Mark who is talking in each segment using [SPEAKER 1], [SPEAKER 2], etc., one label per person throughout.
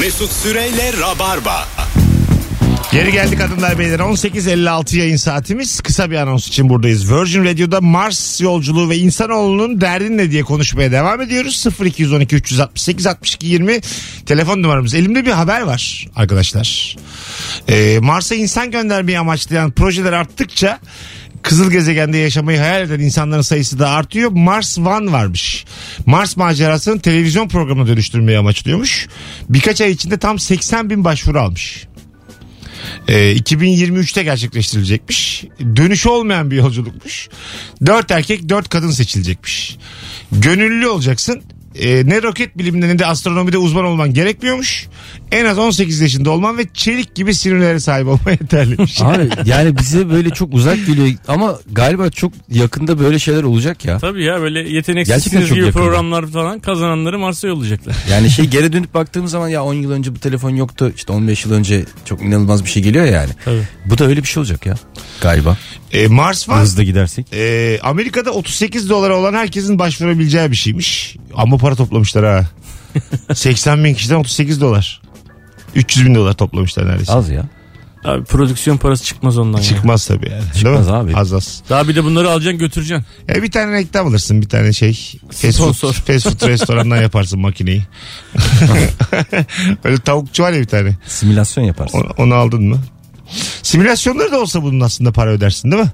[SPEAKER 1] Mesut Süreyle Rabarba.
[SPEAKER 2] Geri geldik hanımlar beyler. 18.56 yayın saatimiz. Kısa bir anons için buradayız. Virgin Radio'da Mars yolculuğu ve insanoğlunun derdin ne diye konuşmaya devam ediyoruz. 0212 368 62 20 telefon numaramız. Elimde bir haber var arkadaşlar. Ee, Mars'a insan göndermeyi amaçlayan projeler arttıkça Kızıl gezegende yaşamayı hayal eden insanların sayısı da artıyor. Mars One varmış. Mars macerasını televizyon programına dönüştürmeyi amaçlıyormuş. Birkaç ay içinde tam 80 bin başvuru almış. E, 2023'te gerçekleştirilecekmiş. Dönüş olmayan bir yolculukmuş. 4 erkek 4 kadın seçilecekmiş. Gönüllü olacaksın. E, ne roket biliminde ne de astronomide uzman olman gerekmiyormuş. En az 18 yaşında olman ve çelik gibi sinirlere sahip olman yeterliymiş.
[SPEAKER 3] Abi yani bize böyle çok uzak geliyor ama galiba çok yakında böyle şeyler olacak ya.
[SPEAKER 4] Tabii ya böyle
[SPEAKER 3] Gerçekten
[SPEAKER 4] yeteneksizsiniz
[SPEAKER 3] çok
[SPEAKER 4] gibi
[SPEAKER 3] yakında.
[SPEAKER 4] programlar falan kazananları Mars'a yollayacaklar.
[SPEAKER 3] Yani şey geri dönüp baktığım zaman ya 10 yıl önce bu telefon yoktu. işte 15 yıl önce çok inanılmaz bir şey geliyor yani.
[SPEAKER 4] Tabii.
[SPEAKER 3] Bu da öyle bir şey olacak ya galiba.
[SPEAKER 2] E, Mars var.
[SPEAKER 5] Hızlı gidersek.
[SPEAKER 2] E, Amerika'da 38 dolara olan herkesin başvurabileceği bir şeymiş. Ama para toplamışlar ha. 80 bin kişiden 38 dolar. 300 bin dolar toplamışlar neredeyse.
[SPEAKER 3] Az ya.
[SPEAKER 4] Abi prodüksiyon parası çıkmaz ondan ya.
[SPEAKER 2] Çıkmaz tabii yani. Değil
[SPEAKER 3] Çıkmaz
[SPEAKER 2] mi?
[SPEAKER 3] abi.
[SPEAKER 2] Az az.
[SPEAKER 4] Daha bir de bunları alacaksın götüreceksin.
[SPEAKER 2] E bir tane reklam alırsın bir tane şey. Fast food,
[SPEAKER 4] Sponsor.
[SPEAKER 2] fast food restorandan yaparsın makineyi. Öyle tavukçu var ya bir tane.
[SPEAKER 3] Simülasyon yaparsın.
[SPEAKER 2] Onu, onu aldın mı? Simülasyonları da olsa bunun aslında para ödersin değil mi?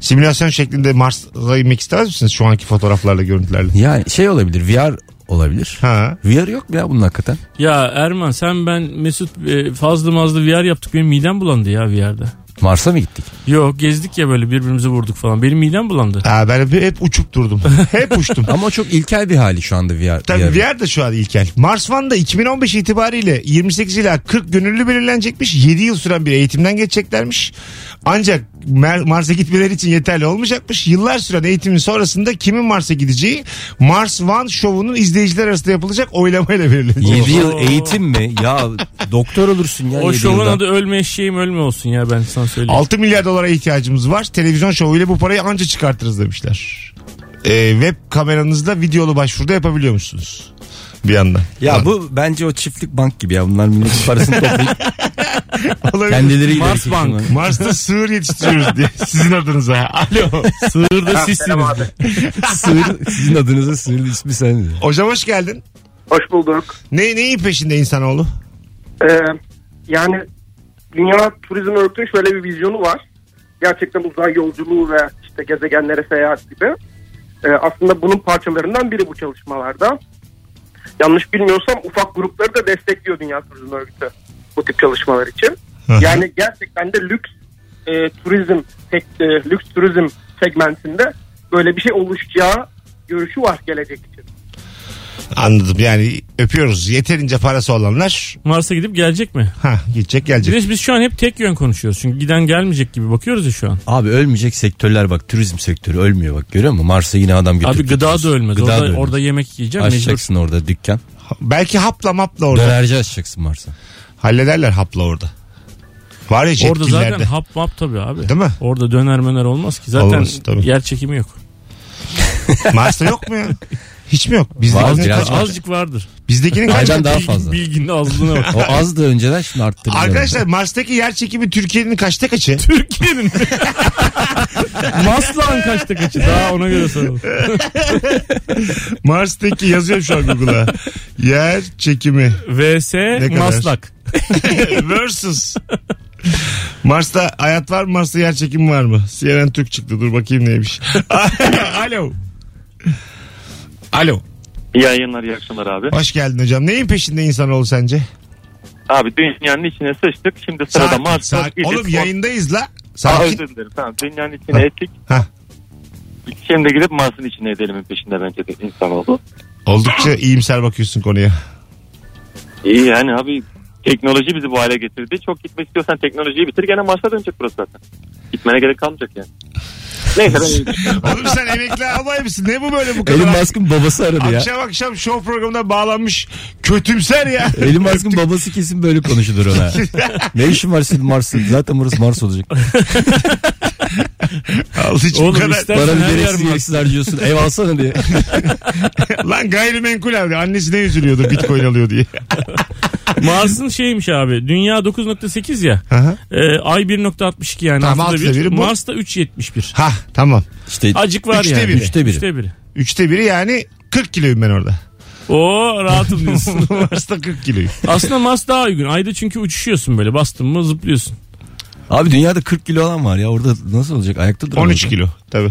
[SPEAKER 2] Simülasyon şeklinde Mars'a inmek istemez misiniz şu anki fotoğraflarla görüntülerle?
[SPEAKER 3] Yani şey olabilir VR olabilir.
[SPEAKER 2] Ha.
[SPEAKER 3] VR yok mu ya bunun hakikaten?
[SPEAKER 4] Ya Erman sen ben Mesut e, fazla mazlı VR yaptık benim midem bulandı ya VR'da.
[SPEAKER 3] Mars'a mı gittik?
[SPEAKER 4] Yok gezdik ya böyle birbirimizi vurduk falan. Benim midem bulandı.
[SPEAKER 2] Ha, ben hep, hep uçup durdum. Hep uçtum.
[SPEAKER 3] Ama o çok ilkel bir hali şu anda VR.
[SPEAKER 2] Tabii
[SPEAKER 3] VR'ın.
[SPEAKER 2] VR da şu an ilkel. Mars One'da 2015 itibariyle 28 ila 40 gönüllü belirlenecekmiş. 7 yıl süren bir eğitimden geçeceklermiş. Ancak Mer- Mars'a gitmeleri için yeterli olmayacakmış. Yıllar süren eğitimin sonrasında kimin Mars'a gideceği Mars One şovunun izleyiciler arasında yapılacak oylamayla belirlenecek.
[SPEAKER 3] 7 yıl eğitim mi? Ya doktor olursun ya.
[SPEAKER 4] O
[SPEAKER 3] yedi
[SPEAKER 4] şovun
[SPEAKER 3] yılda.
[SPEAKER 4] adı ölme eşeğim ölme olsun ya ben sana söyleyeyim.
[SPEAKER 2] 6 milyar dolara ihtiyacımız var. Televizyon şovuyla bu parayı anca çıkartırız demişler. Ee, web kameranızla videolu başvuruda yapabiliyor musunuz? Bir yandan.
[SPEAKER 3] Ya bu bence o çiftlik bank gibi ya. Bunlar milletin parasını toplayıp
[SPEAKER 2] Olabilir.
[SPEAKER 3] kendileri
[SPEAKER 4] Mars
[SPEAKER 3] ileriki
[SPEAKER 4] Bank.
[SPEAKER 3] yaşıyorlar.
[SPEAKER 2] Mars'ta sığır yetiştiriyoruz diye sizin adınıza. Alo.
[SPEAKER 4] Sığırda sizsiniz.
[SPEAKER 3] Sığır, sizin adınıza sığır ismi sen.
[SPEAKER 2] Hocam hoş geldin.
[SPEAKER 6] Hoş bulduk.
[SPEAKER 2] Ne neyin peşinde insanoğlu?
[SPEAKER 6] Ee, yani Dünya Turizm Örgütü'nün şöyle bir vizyonu var. Gerçekten uzay yolculuğu ve işte gezegenlere seyahat gibi. Ee, aslında bunun parçalarından biri bu çalışmalarda. Yanlış bilmiyorsam ufak grupları da destekliyor Dünya Turizm Örgütü bu tip çalışmalar için. Yani gerçekten de lüks e, turizm sek- e, lüks turizm segmentinde böyle bir şey oluşacağı görüşü var gelecek için.
[SPEAKER 2] Anladım yani öpüyoruz. Yeterince parası olanlar
[SPEAKER 4] Mars'a gidip gelecek mi?
[SPEAKER 2] ha gidecek
[SPEAKER 4] Bir
[SPEAKER 2] gelecek.
[SPEAKER 4] de biz şu an hep tek yön konuşuyoruz. Çünkü giden gelmeyecek gibi bakıyoruz ya şu an.
[SPEAKER 3] Abi ölmeyecek sektörler bak turizm sektörü ölmüyor bak görüyor musun? Mars'a yine adam götürdü.
[SPEAKER 4] Abi gıda da ölmez.
[SPEAKER 3] Gıda
[SPEAKER 4] orada,
[SPEAKER 3] da ölmez.
[SPEAKER 4] orada yemek yiyeceğim mecbur.
[SPEAKER 3] Açacaksın orada dükkan.
[SPEAKER 2] Belki hapla mapla orada.
[SPEAKER 3] Dönerci açacaksın Mars'a.
[SPEAKER 2] Hallederler hapla orada. Var ya
[SPEAKER 4] Orada zaten
[SPEAKER 2] jetkillerde.
[SPEAKER 4] hap map tabii abi.
[SPEAKER 2] Değil mi?
[SPEAKER 4] Orada döner mener olmaz ki. Zaten
[SPEAKER 2] Olmaz, tabii.
[SPEAKER 4] yer çekimi yok.
[SPEAKER 2] Mars'ta yok mu ya? Hiç mi yok? Bizdekinin
[SPEAKER 3] Var,
[SPEAKER 2] kaç-
[SPEAKER 3] biraz
[SPEAKER 2] bizdekinin
[SPEAKER 3] var.
[SPEAKER 2] kaç?
[SPEAKER 4] Azıcık vardır.
[SPEAKER 3] Aydan daha
[SPEAKER 4] Bilgin-
[SPEAKER 3] fazla.
[SPEAKER 4] Bilginin azlığına bak.
[SPEAKER 3] O az da önceden şimdi arttırdı.
[SPEAKER 2] Arkadaşlar Mars'taki yer çekimi Türkiye'nin kaçta kaçı?
[SPEAKER 4] Türkiye'nin. Maslan kaçta kaçı? Daha ona göre soralım.
[SPEAKER 2] Mars'taki yazıyorum şu an Google'a. Yer çekimi
[SPEAKER 4] VS
[SPEAKER 2] kadar?
[SPEAKER 4] Maslak.
[SPEAKER 2] versus. Mars'ta hayat var mı? Mars'ta yer çekimi var mı? CNN Türk çıktı dur bakayım neymiş. Alo. Alo.
[SPEAKER 7] İyi yayınlar, iyi akşamlar abi.
[SPEAKER 2] Hoş geldin hocam. Neyin peşinde insanoğlu sence?
[SPEAKER 7] Abi dünyanın içine sıçtık. Şimdi sırada
[SPEAKER 2] Sakin,
[SPEAKER 7] Mars'a
[SPEAKER 2] sakin.
[SPEAKER 7] gidip-
[SPEAKER 2] Oğlum yayındayız la.
[SPEAKER 7] Aa,
[SPEAKER 2] Sakin.
[SPEAKER 7] özür dilerim. Tamam, dünyanın içine ettik.
[SPEAKER 2] Ha.
[SPEAKER 7] Şimdi gidip Mars'ın içine edelimin peşinde bence de insan oldu.
[SPEAKER 2] Oldukça iyimser bakıyorsun konuya.
[SPEAKER 7] İyi yani abi teknoloji bizi bu hale getirdi. Çok gitmek istiyorsan teknolojiyi bitir gene Mars'a dönecek burası zaten. Gitmene gerek kalmayacak yani. Neyse ben
[SPEAKER 2] Oğlum sen emekli albay mısın? Ne bu böyle bu kadar?
[SPEAKER 3] Elon Musk'ın babası aradı ya.
[SPEAKER 2] Akşam akşam show programına bağlanmış kötümser ya.
[SPEAKER 3] Elon Musk'ın babası kesin böyle konuşulur ona. ne işin var senin Mars'ta? Zaten burası Mars olacak.
[SPEAKER 2] Al hiç bu
[SPEAKER 4] Oğlum
[SPEAKER 2] kadar.
[SPEAKER 4] istersen
[SPEAKER 3] Paranı
[SPEAKER 4] her yer
[SPEAKER 3] gereksiz
[SPEAKER 4] Mars.
[SPEAKER 3] gereksiz harcıyorsun. Ev alsana diye.
[SPEAKER 2] Lan gayrimenkul abi. Annesine üzülüyordu bitcoin alıyor diye.
[SPEAKER 4] Mars'ın şeymiş abi. Dünya 9.8 ya.
[SPEAKER 2] Aha.
[SPEAKER 4] Ee, ay 1.62 yani.
[SPEAKER 2] Tamam,
[SPEAKER 4] haftada
[SPEAKER 2] altıda
[SPEAKER 4] bir.
[SPEAKER 2] biri bu.
[SPEAKER 4] Mars'ta 3.71.
[SPEAKER 2] Ha tamam.
[SPEAKER 3] İşte
[SPEAKER 4] Acık var
[SPEAKER 2] Üçte
[SPEAKER 4] yani.
[SPEAKER 2] biri.
[SPEAKER 3] Üçte biri.
[SPEAKER 4] Üçte biri.
[SPEAKER 2] Üçte biri yani 40 kiloyum ben orada.
[SPEAKER 4] Oo rahatım diyorsun.
[SPEAKER 2] Mars'ta 40 kiloyum.
[SPEAKER 4] Aslında Mars daha uygun. Ayda çünkü uçuşuyorsun böyle. Bastın mı zıplıyorsun.
[SPEAKER 3] abi dünyada 40 kilo olan var ya orada nasıl olacak ayakta duramaz.
[SPEAKER 2] 13 kilo tabii.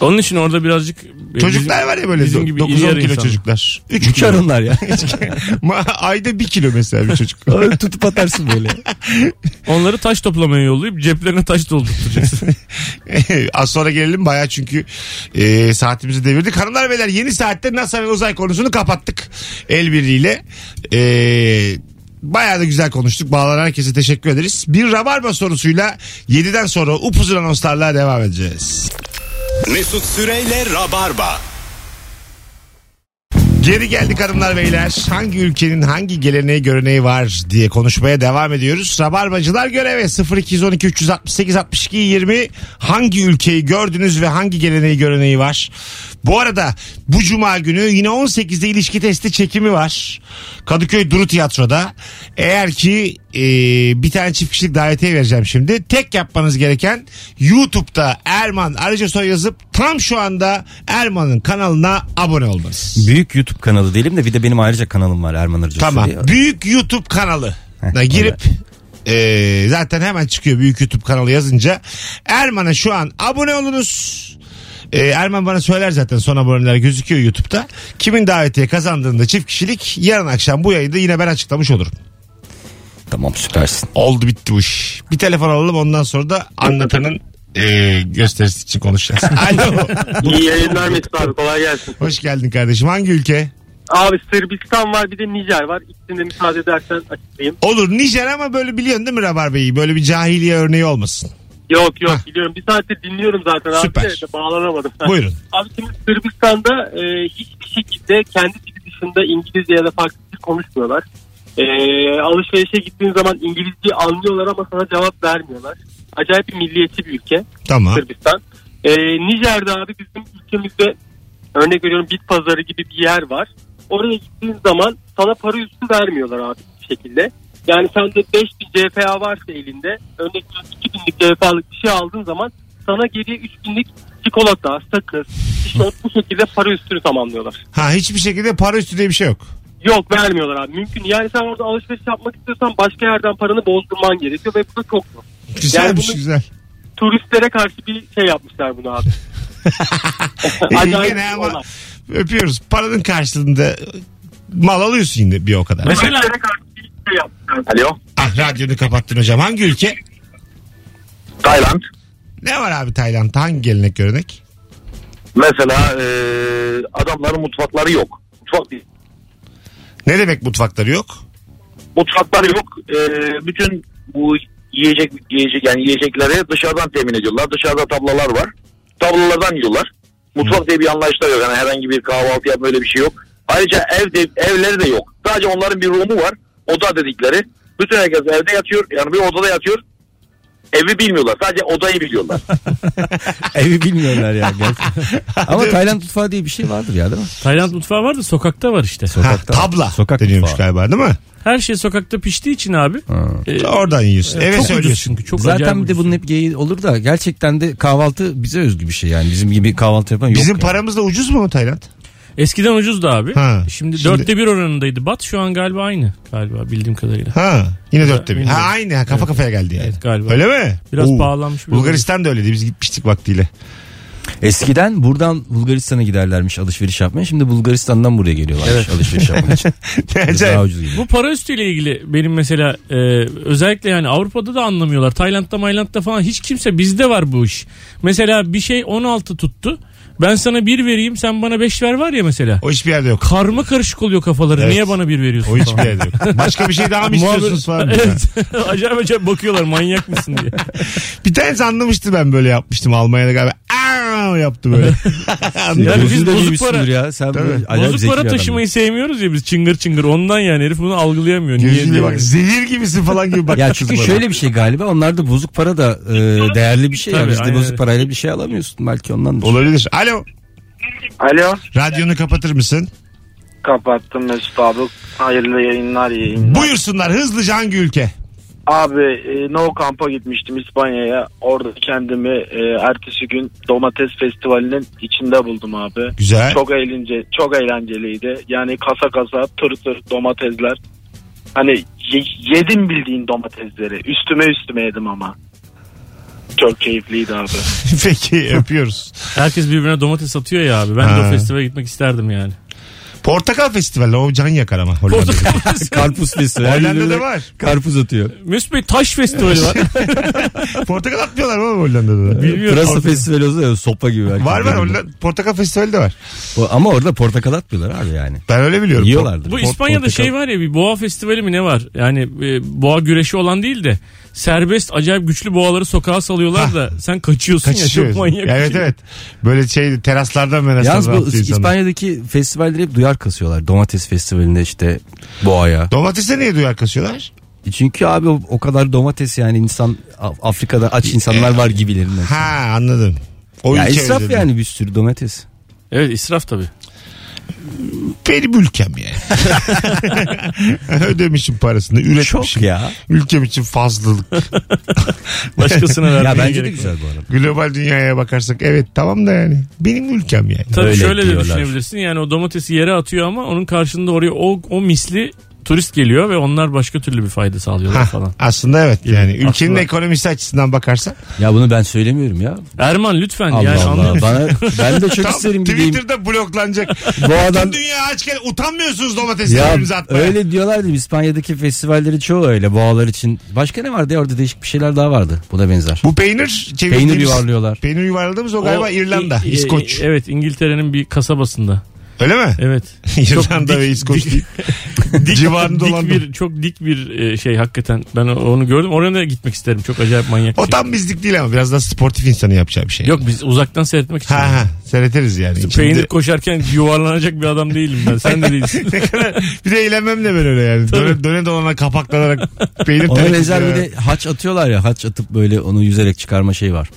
[SPEAKER 4] Onun için orada birazcık... e,
[SPEAKER 2] Çocuklar
[SPEAKER 4] bizim-
[SPEAKER 2] var ya böyle
[SPEAKER 4] bizim gibi iri
[SPEAKER 2] 9-10
[SPEAKER 4] yarı
[SPEAKER 2] kilo
[SPEAKER 4] insan.
[SPEAKER 2] çocuklar. 3
[SPEAKER 3] Uçar
[SPEAKER 2] kilo.
[SPEAKER 3] onlar ya.
[SPEAKER 2] Ma- Ayda 1 kilo mesela bir çocuk.
[SPEAKER 3] Öyle tutup atarsın böyle.
[SPEAKER 4] Onları taş toplamaya yollayıp ceplerine taş doldurtacaksın.
[SPEAKER 2] Az sonra gelelim baya çünkü e, saatimizi devirdik. Hanımlar beyler yeni saatte NASA ve uzay konusunu kapattık. El birliğiyle. E, Bayağı da güzel konuştuk. Bağlanan herkese teşekkür ederiz. Bir rabarba sorusuyla 7'den sonra upuzun anonslarla devam edeceğiz.
[SPEAKER 1] Mesut Süreyle Rabarba.
[SPEAKER 2] Geri geldik hanımlar beyler. Hangi ülkenin hangi geleneği göreneği var diye konuşmaya devam ediyoruz. Rabarbacılar göreve 0212 368 62 20 hangi ülkeyi gördünüz ve hangi geleneği göreneği var? Bu arada bu cuma günü yine 18'de ilişki testi çekimi var. Kadıköy Duru Tiyatro'da. Eğer ki e, bir tane çift kişilik davetiye vereceğim şimdi. Tek yapmanız gereken YouTube'da Erman Arıca Soy yazıp tam şu anda Erman'ın kanalına abone olmanız.
[SPEAKER 3] Büyük YouTube kanalı değilim de bir de benim ayrıca kanalım var Erman Arıcı.
[SPEAKER 2] Tamam.
[SPEAKER 3] Soy.
[SPEAKER 2] Büyük YouTube kanalı
[SPEAKER 3] Heh,
[SPEAKER 2] da girip e, zaten hemen çıkıyor büyük YouTube kanalı yazınca. Erman'a şu an abone olunuz. E, Erman bana söyler zaten son aboneler gözüküyor YouTube'da. Kimin davetiye kazandığında çift kişilik yarın akşam bu yayında yine ben açıklamış olurum.
[SPEAKER 3] Tamam süpersin.
[SPEAKER 2] Oldu bitti bu iş. Bir telefon alalım ondan sonra da anlatanın e, gösterisi için konuşacağız. Alo.
[SPEAKER 7] İyi yayınlar Mesut abi kolay gelsin.
[SPEAKER 2] Hoş geldin kardeşim. Hangi ülke?
[SPEAKER 7] Abi Sırbistan var bir de Nijer var. İkisini de müsaade edersen açıklayayım.
[SPEAKER 2] Olur Nijer ama böyle biliyorsun değil mi Rabarbe'yi? Böyle bir cahiliye örneği olmasın.
[SPEAKER 7] Yok yok biliyorum. Bir saattir dinliyorum zaten abi
[SPEAKER 2] Süper.
[SPEAKER 7] de bağlanamadım.
[SPEAKER 2] Buyurun.
[SPEAKER 7] Abi şimdi Sırbistan'da e, hiçbir şekilde kendi dili dışında İngilizce ya da farklı dil konuşmuyorlar. E, alışverişe gittiğin zaman İngilizceyi anlıyorlar ama sana cevap vermiyorlar. Acayip bir milliyetçi bir ülke
[SPEAKER 2] Tamam.
[SPEAKER 7] Sırbistan. E, Nijer'de abi bizim ülkemizde örnek veriyorum bit pazarı gibi bir yer var. Oraya gittiğin zaman sana para üstü vermiyorlar abi bir şekilde. Yani sende 5000 CFA varsa elinde örnek veriyorum 2000'lik CFA'lık bir şey aldığın zaman sana geriye 3000'lik çikolata, sakız, tişört bu şekilde para üstünü tamamlıyorlar.
[SPEAKER 2] Ha hiçbir şekilde para üstü diye bir şey yok.
[SPEAKER 7] Yok vermiyorlar abi mümkün. Yani sen orada alışveriş yapmak istiyorsan başka yerden paranı bozdurman gerekiyor ve bu da çok zor.
[SPEAKER 2] Güzelmiş
[SPEAKER 7] bunu-
[SPEAKER 2] güzel.
[SPEAKER 7] Turistlere karşı bir şey yapmışlar bunu abi.
[SPEAKER 2] Ee,
[SPEAKER 7] Acayip
[SPEAKER 2] gene
[SPEAKER 7] bir olay.
[SPEAKER 2] ama öpüyoruz. Paranın karşılığında mal alıyorsun yine bir o kadar.
[SPEAKER 4] Mesela
[SPEAKER 7] Turistlere karşı bir şey yapmışlar.
[SPEAKER 5] Alo.
[SPEAKER 2] Ah radyonu kapattın hocam. Hangi ülke?
[SPEAKER 5] Tayland.
[SPEAKER 2] Ne var abi Tayland'da? Hangi gelenek görenek?
[SPEAKER 5] Mesela e, adamların mutfakları yok. Mutfak değil.
[SPEAKER 2] Ne demek mutfakları yok?
[SPEAKER 5] Mutfakları yok. E, bütün bu yiyecek yiyecek yani yiyecekleri dışarıdan temin ediyorlar. Dışarıda tablalar var. Tablalardan yiyorlar. Mutfak diye bir anlayışlar yok. Yani herhangi bir kahvaltı yapma öyle bir şey yok. Ayrıca evde evleri de yok. Sadece onların bir rumu var. Oda dedikleri. Bütün herkes evde yatıyor. Yani bir odada yatıyor. Evi bilmiyorlar. Sadece odayı biliyorlar.
[SPEAKER 3] Evi bilmiyorlar ya gerçekten. Ama Tayland mutfağı diye bir şey vardır ya değil mi?
[SPEAKER 4] Tayland mutfağı var da sokakta var işte.
[SPEAKER 2] Ha,
[SPEAKER 3] Sokakta.
[SPEAKER 2] tabla
[SPEAKER 3] Sokak
[SPEAKER 2] deniyormuş
[SPEAKER 3] mutfağı.
[SPEAKER 2] galiba değil mi?
[SPEAKER 4] Her şey sokakta piştiği için abi. e,
[SPEAKER 2] Oradan yiyorsun. Eve
[SPEAKER 4] çok ucuz
[SPEAKER 2] söylüyorsun.
[SPEAKER 4] çünkü. Çok
[SPEAKER 3] Zaten
[SPEAKER 4] acayip
[SPEAKER 3] bir de
[SPEAKER 4] ucuz.
[SPEAKER 3] bunun hep geyiği olur da gerçekten de kahvaltı bize özgü bir şey yani. Bizim gibi kahvaltı yapan yok.
[SPEAKER 2] Bizim
[SPEAKER 3] yani.
[SPEAKER 2] paramız da ucuz mu Tayland?
[SPEAKER 4] Eskiden ucuzdu abi.
[SPEAKER 2] Ha,
[SPEAKER 4] Şimdi,
[SPEAKER 2] şimdi-
[SPEAKER 4] dörtte bir oranındaydı. Bat şu an galiba aynı. Galiba bildiğim kadarıyla.
[SPEAKER 2] Ha yine dörtte bir. Ha
[SPEAKER 4] bilmiyorum.
[SPEAKER 2] aynı ha, kafa kafaya geldi yani.
[SPEAKER 4] Evet, galiba.
[SPEAKER 2] Öyle mi?
[SPEAKER 4] Biraz pahalanmış bir
[SPEAKER 2] Bulgaristan da öyleydi biz gitmiştik vaktiyle.
[SPEAKER 3] Eskiden buradan Bulgaristan'a giderlermiş alışveriş yapmaya. Şimdi Bulgaristan'dan buraya geliyorlar alışveriş yapmak için.
[SPEAKER 2] Ne
[SPEAKER 3] Biraz
[SPEAKER 2] acayip.
[SPEAKER 3] daha ucuz gibi.
[SPEAKER 4] Bu para üstüyle ilgili benim mesela e, özellikle yani Avrupa'da da anlamıyorlar. Tayland'da, Mayland'da falan hiç kimse bizde var bu iş. Mesela bir şey 16 tuttu. Ben sana bir vereyim sen bana 5 ver var ya mesela.
[SPEAKER 2] O hiçbir yerde yok.
[SPEAKER 4] Karma karışık oluyor kafaları.
[SPEAKER 2] Evet.
[SPEAKER 4] Niye bana bir veriyorsun?
[SPEAKER 2] O hiçbir
[SPEAKER 4] falan.
[SPEAKER 2] yerde yok. Başka bir şey daha mı
[SPEAKER 4] Muhabbet-
[SPEAKER 2] istiyorsunuz falan.
[SPEAKER 4] Evet. acayip acayip bakıyorlar manyak mısın diye.
[SPEAKER 2] Bir tanesi anlamıştı ben böyle yapmıştım Almanya'da galiba. Aa yaptı böyle.
[SPEAKER 3] E,
[SPEAKER 2] Anladın
[SPEAKER 4] Ya
[SPEAKER 2] mı?
[SPEAKER 4] biz
[SPEAKER 3] Gözünü de
[SPEAKER 4] bozuk
[SPEAKER 3] büyümüşsündür
[SPEAKER 4] para-
[SPEAKER 3] ya. Sen böyle acayip
[SPEAKER 4] Bozuk
[SPEAKER 3] zeki bir
[SPEAKER 4] para
[SPEAKER 3] adam.
[SPEAKER 4] taşımayı sevmiyoruz ya biz çıngır çıngır. Ondan yani herif bunu algılayamıyor. Niye
[SPEAKER 2] Gözüne
[SPEAKER 4] diye.
[SPEAKER 2] bak zehir gibisin falan gibi bak.
[SPEAKER 3] Ya çünkü şöyle bir şey galiba onlarda bozuk para da e, değerli bir şey. ya.
[SPEAKER 4] Tabii,
[SPEAKER 3] Bizde
[SPEAKER 4] aynen öyle.
[SPEAKER 3] bozuk parayla bir şey alamıyorsun belki ondan.
[SPEAKER 2] Olabilir. Alo.
[SPEAKER 7] Alo.
[SPEAKER 2] Radyonu kapatır mısın?
[SPEAKER 8] Kapattım Mesut abi. Hayırlı yayınlar yayın.
[SPEAKER 2] Buyursunlar hızlıca hangi ülke?
[SPEAKER 8] Abi e, No Camp'a gitmiştim İspanya'ya. Orada kendimi e, ertesi gün domates festivalinin içinde buldum abi.
[SPEAKER 2] Güzel.
[SPEAKER 8] Çok eğlence, çok eğlenceliydi. Yani kasa kasa tır tır domatesler. Hani ye- yedim bildiğin domatesleri. Üstüme üstüme yedim ama. Çok keyifliydi abi.
[SPEAKER 2] Peki öpüyoruz.
[SPEAKER 4] Herkes birbirine domates satıyor ya abi. Ben de
[SPEAKER 2] Ha.
[SPEAKER 4] o festivale gitmek isterdim yani.
[SPEAKER 2] Portakal Festivali o can yakar ama Hollanda'da.
[SPEAKER 3] Karpuz festivali.
[SPEAKER 2] Hollanda'da var.
[SPEAKER 3] Karpuz atıyor.
[SPEAKER 4] Mesut Bey taş festivali var.
[SPEAKER 2] Portakal atmıyorlar mı Hollanda'da? da?
[SPEAKER 4] Bilmiyorum.
[SPEAKER 3] Pırasa festivali olsa ya, sopa gibi. herkes
[SPEAKER 2] Var var
[SPEAKER 3] birbirine.
[SPEAKER 2] Hollanda, Portakal Festivali de var.
[SPEAKER 3] O- Ama orada portakal atmıyorlar abi yani.
[SPEAKER 2] Ben öyle biliyorum.
[SPEAKER 3] Yiyorlardır.
[SPEAKER 4] Bu
[SPEAKER 3] Port-
[SPEAKER 4] İspanya'da
[SPEAKER 3] portakal.
[SPEAKER 4] şey var ya bir boğa festivali mi ne var? Yani e, boğa güreşi olan değil de serbest acayip güçlü boğaları sokağa salıyorlar da sen kaçıyorsun ya çok
[SPEAKER 2] Kaçışıyoruz.
[SPEAKER 4] manyak. bir
[SPEAKER 2] evet
[SPEAKER 4] şey.
[SPEAKER 2] evet. Böyle şey teraslardan
[SPEAKER 3] Yalnız
[SPEAKER 2] meraslardan
[SPEAKER 3] bu
[SPEAKER 2] atıyor insanlar.
[SPEAKER 3] İspanya'daki festivalleri hep duyar kasıyorlar. Domates festivalinde işte boğaya.
[SPEAKER 2] Domatese niye duyar kasıyorlar?
[SPEAKER 3] E Çünkü abi o, o kadar domates yani insan Af- Afrika'da aç insanlar var gibilerinden.
[SPEAKER 2] E, Ha anladım. O
[SPEAKER 3] Ya
[SPEAKER 2] ülke
[SPEAKER 3] israf
[SPEAKER 2] üzerinde.
[SPEAKER 3] yani bir sürü domates.
[SPEAKER 4] Evet israf tabii.
[SPEAKER 2] Benim ülkem yani. Ödemişim parasını, üretmişim.
[SPEAKER 3] Çok ya.
[SPEAKER 2] Ülkem için fazlalık.
[SPEAKER 4] Başkasına vermeye
[SPEAKER 3] Ya bence
[SPEAKER 4] gerek
[SPEAKER 3] de
[SPEAKER 4] yok.
[SPEAKER 3] güzel bu arada.
[SPEAKER 2] Global dünyaya bakarsak evet tamam da yani. Benim ülkem yani.
[SPEAKER 4] Tabii
[SPEAKER 3] Öyle
[SPEAKER 4] şöyle de
[SPEAKER 3] diyorlar.
[SPEAKER 4] düşünebilirsin. Yani o domatesi yere atıyor ama onun karşında oraya o, o misli turist geliyor ve onlar başka türlü bir fayda sağlıyorlar
[SPEAKER 2] Hah,
[SPEAKER 4] falan.
[SPEAKER 2] aslında evet yani. Ülkenin
[SPEAKER 4] Aslında-
[SPEAKER 2] ekonomisi açısından bakarsan.
[SPEAKER 3] Ya bunu ben söylemiyorum ya.
[SPEAKER 4] Erman lütfen
[SPEAKER 3] Allah
[SPEAKER 4] yani
[SPEAKER 3] Allah.
[SPEAKER 4] anlıyor-
[SPEAKER 3] Bana, ben de çok
[SPEAKER 2] Tam
[SPEAKER 3] isterim gideyim.
[SPEAKER 2] Twitter'da bloklanacak.
[SPEAKER 3] Boğadan
[SPEAKER 2] Tüm dünya açken utanmıyorsunuz domateslerimizi
[SPEAKER 3] ya
[SPEAKER 2] birbirimize atmaya.
[SPEAKER 3] öyle diyorlardı İspanya'daki festivalleri çoğu öyle boğalar için. Başka ne vardı ya orada değişik bir şeyler daha vardı. Bu da benzer.
[SPEAKER 2] Bu peynir çevirdiğimiz.
[SPEAKER 3] Peynir yuvarlıyorlar.
[SPEAKER 2] Peynir yuvarladığımız o galiba
[SPEAKER 4] O-
[SPEAKER 2] İrlanda,
[SPEAKER 4] İ-
[SPEAKER 2] İskoç.
[SPEAKER 4] e- Evet İngiltere'nin bir kasabasında.
[SPEAKER 2] Öyle mi?
[SPEAKER 4] Evet.
[SPEAKER 2] İrlanda ve İskoç değil. Civarında olan
[SPEAKER 4] dik bir çok dik bir e, şey hakikaten. Ben o- onu gördüm. Oraya da gitmek isterim. Çok acayip manyak. bir
[SPEAKER 2] O
[SPEAKER 4] şey.
[SPEAKER 2] tam bizlik değil ama biraz daha sportif insanı yapacağı bir şey.
[SPEAKER 4] Yok biz uzaktan seyretmek için.
[SPEAKER 2] Ha ha seyretiriz yani. İçinde-
[SPEAKER 4] Peynir koşarken yuvarlanacak bir adam değilim ben. Sen de değilsin.
[SPEAKER 2] Ne kadar- bir de eğlenmem de ben öyle yani. Döne, döne dolana kapaklanarak peynir
[SPEAKER 3] Ona
[SPEAKER 2] tenekesi-
[SPEAKER 3] benzer bir de haç atıyorlar ya haç atıp böyle onu yüzerek çıkarma şey var.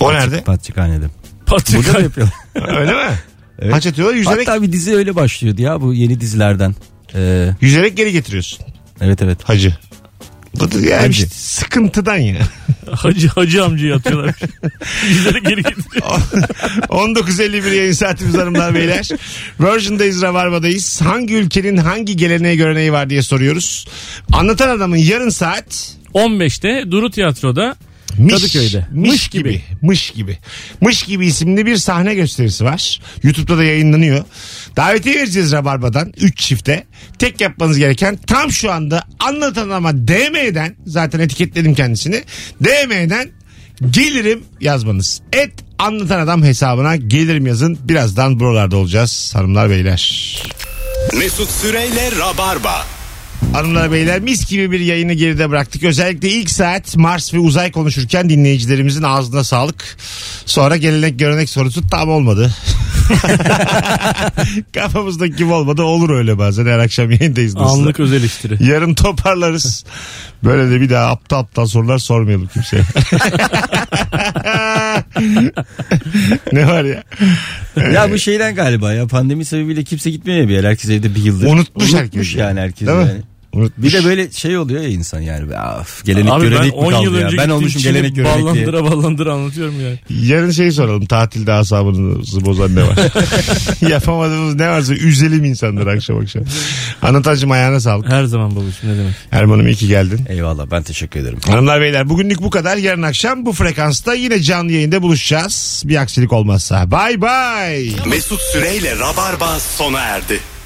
[SPEAKER 2] O nerede?
[SPEAKER 3] Patrikhanede.
[SPEAKER 4] Patrick
[SPEAKER 3] Burada da yapıyorlar.
[SPEAKER 2] öyle mi?
[SPEAKER 3] Evet.
[SPEAKER 2] Haç atıyorlar yüzerek,
[SPEAKER 3] Hatta bir dizi öyle başlıyordu ya bu yeni dizilerden. Ee,
[SPEAKER 2] yüzerek geri getiriyorsun
[SPEAKER 3] evet evet.
[SPEAKER 2] hacı. Bu da yani
[SPEAKER 3] Hacı.
[SPEAKER 2] işte sıkıntıdan ya.
[SPEAKER 4] Hacı, hacı amcayı atıyorlar. Bizlere geri getiriyor.
[SPEAKER 2] 19.51 yayın saatimiz hanımlar beyler. Virgin'dayız Rabarba'dayız. Hangi ülkenin hangi geleneğe göreneği var diye soruyoruz. Anlatan adamın yarın saat
[SPEAKER 4] 15'te Duru Tiyatro'da
[SPEAKER 2] Miş,
[SPEAKER 4] Kadıköy'de.
[SPEAKER 2] Miş,
[SPEAKER 4] Mış
[SPEAKER 2] gibi.
[SPEAKER 4] gibi.
[SPEAKER 2] Mış gibi. Mış gibi isimli bir sahne gösterisi var. YouTube'da da yayınlanıyor. Davetiye vereceğiz Rabarba'dan 3 çifte. Tek yapmanız gereken tam şu anda anlatan ama DM'den zaten etiketledim kendisini. DM'den gelirim yazmanız. Et anlatan adam hesabına gelirim yazın. Birazdan buralarda olacağız hanımlar beyler.
[SPEAKER 1] Mesut Süreyle Rabarba.
[SPEAKER 2] Hanımlar beyler mis gibi bir yayını geride bıraktık. Özellikle ilk saat Mars ve uzay konuşurken dinleyicilerimizin ağzına sağlık. Sonra gelenek görenek sorusu tam olmadı. Kafamızdaki gibi olmadı. Olur öyle bazen her akşam yayındayız. dostlar.
[SPEAKER 4] anlık özel iştiri.
[SPEAKER 2] Yarın toparlarız. Böyle de bir daha aptal aptal sorular sormayalım kimseye. ne var ya?
[SPEAKER 3] Ya bu şeyden galiba ya pandemi sebebiyle kimse gitmiyor ya bir yer. Herkes evde bir yıldır.
[SPEAKER 2] Unutmuş herkes.
[SPEAKER 3] yani herkes
[SPEAKER 2] Değil mi?
[SPEAKER 3] yani.
[SPEAKER 2] Unutmuş.
[SPEAKER 3] Bir de böyle şey oluyor ya insan yani. Be, Af, gelenek
[SPEAKER 4] Abi ben
[SPEAKER 3] görenek mi
[SPEAKER 4] 10 yıl
[SPEAKER 3] kaldı ya?
[SPEAKER 4] önce
[SPEAKER 3] Ben
[SPEAKER 4] gittiğim
[SPEAKER 3] olmuşum
[SPEAKER 4] Çin'i
[SPEAKER 3] gelenek görenek diye.
[SPEAKER 4] Ballandıra ballandıra anlatıyorum yani.
[SPEAKER 2] Yarın şeyi soralım. Tatilde asabınızı bozan ne var? Yapamadığımız ne varsa üzelim insanları akşam akşam. Anlatacım ayağına sağlık.
[SPEAKER 4] Her zaman babacığım ne demek.
[SPEAKER 2] Erman'ım iyi ki geldin.
[SPEAKER 3] Eyvallah ben teşekkür ederim.
[SPEAKER 2] Hanımlar beyler bugünlük bu kadar. Yarın akşam bu frekansta yine canlı yayında buluşacağız. Bir aksilik olmazsa. Bay bay.
[SPEAKER 1] Mesut Süreyle Rabarba sona erdi.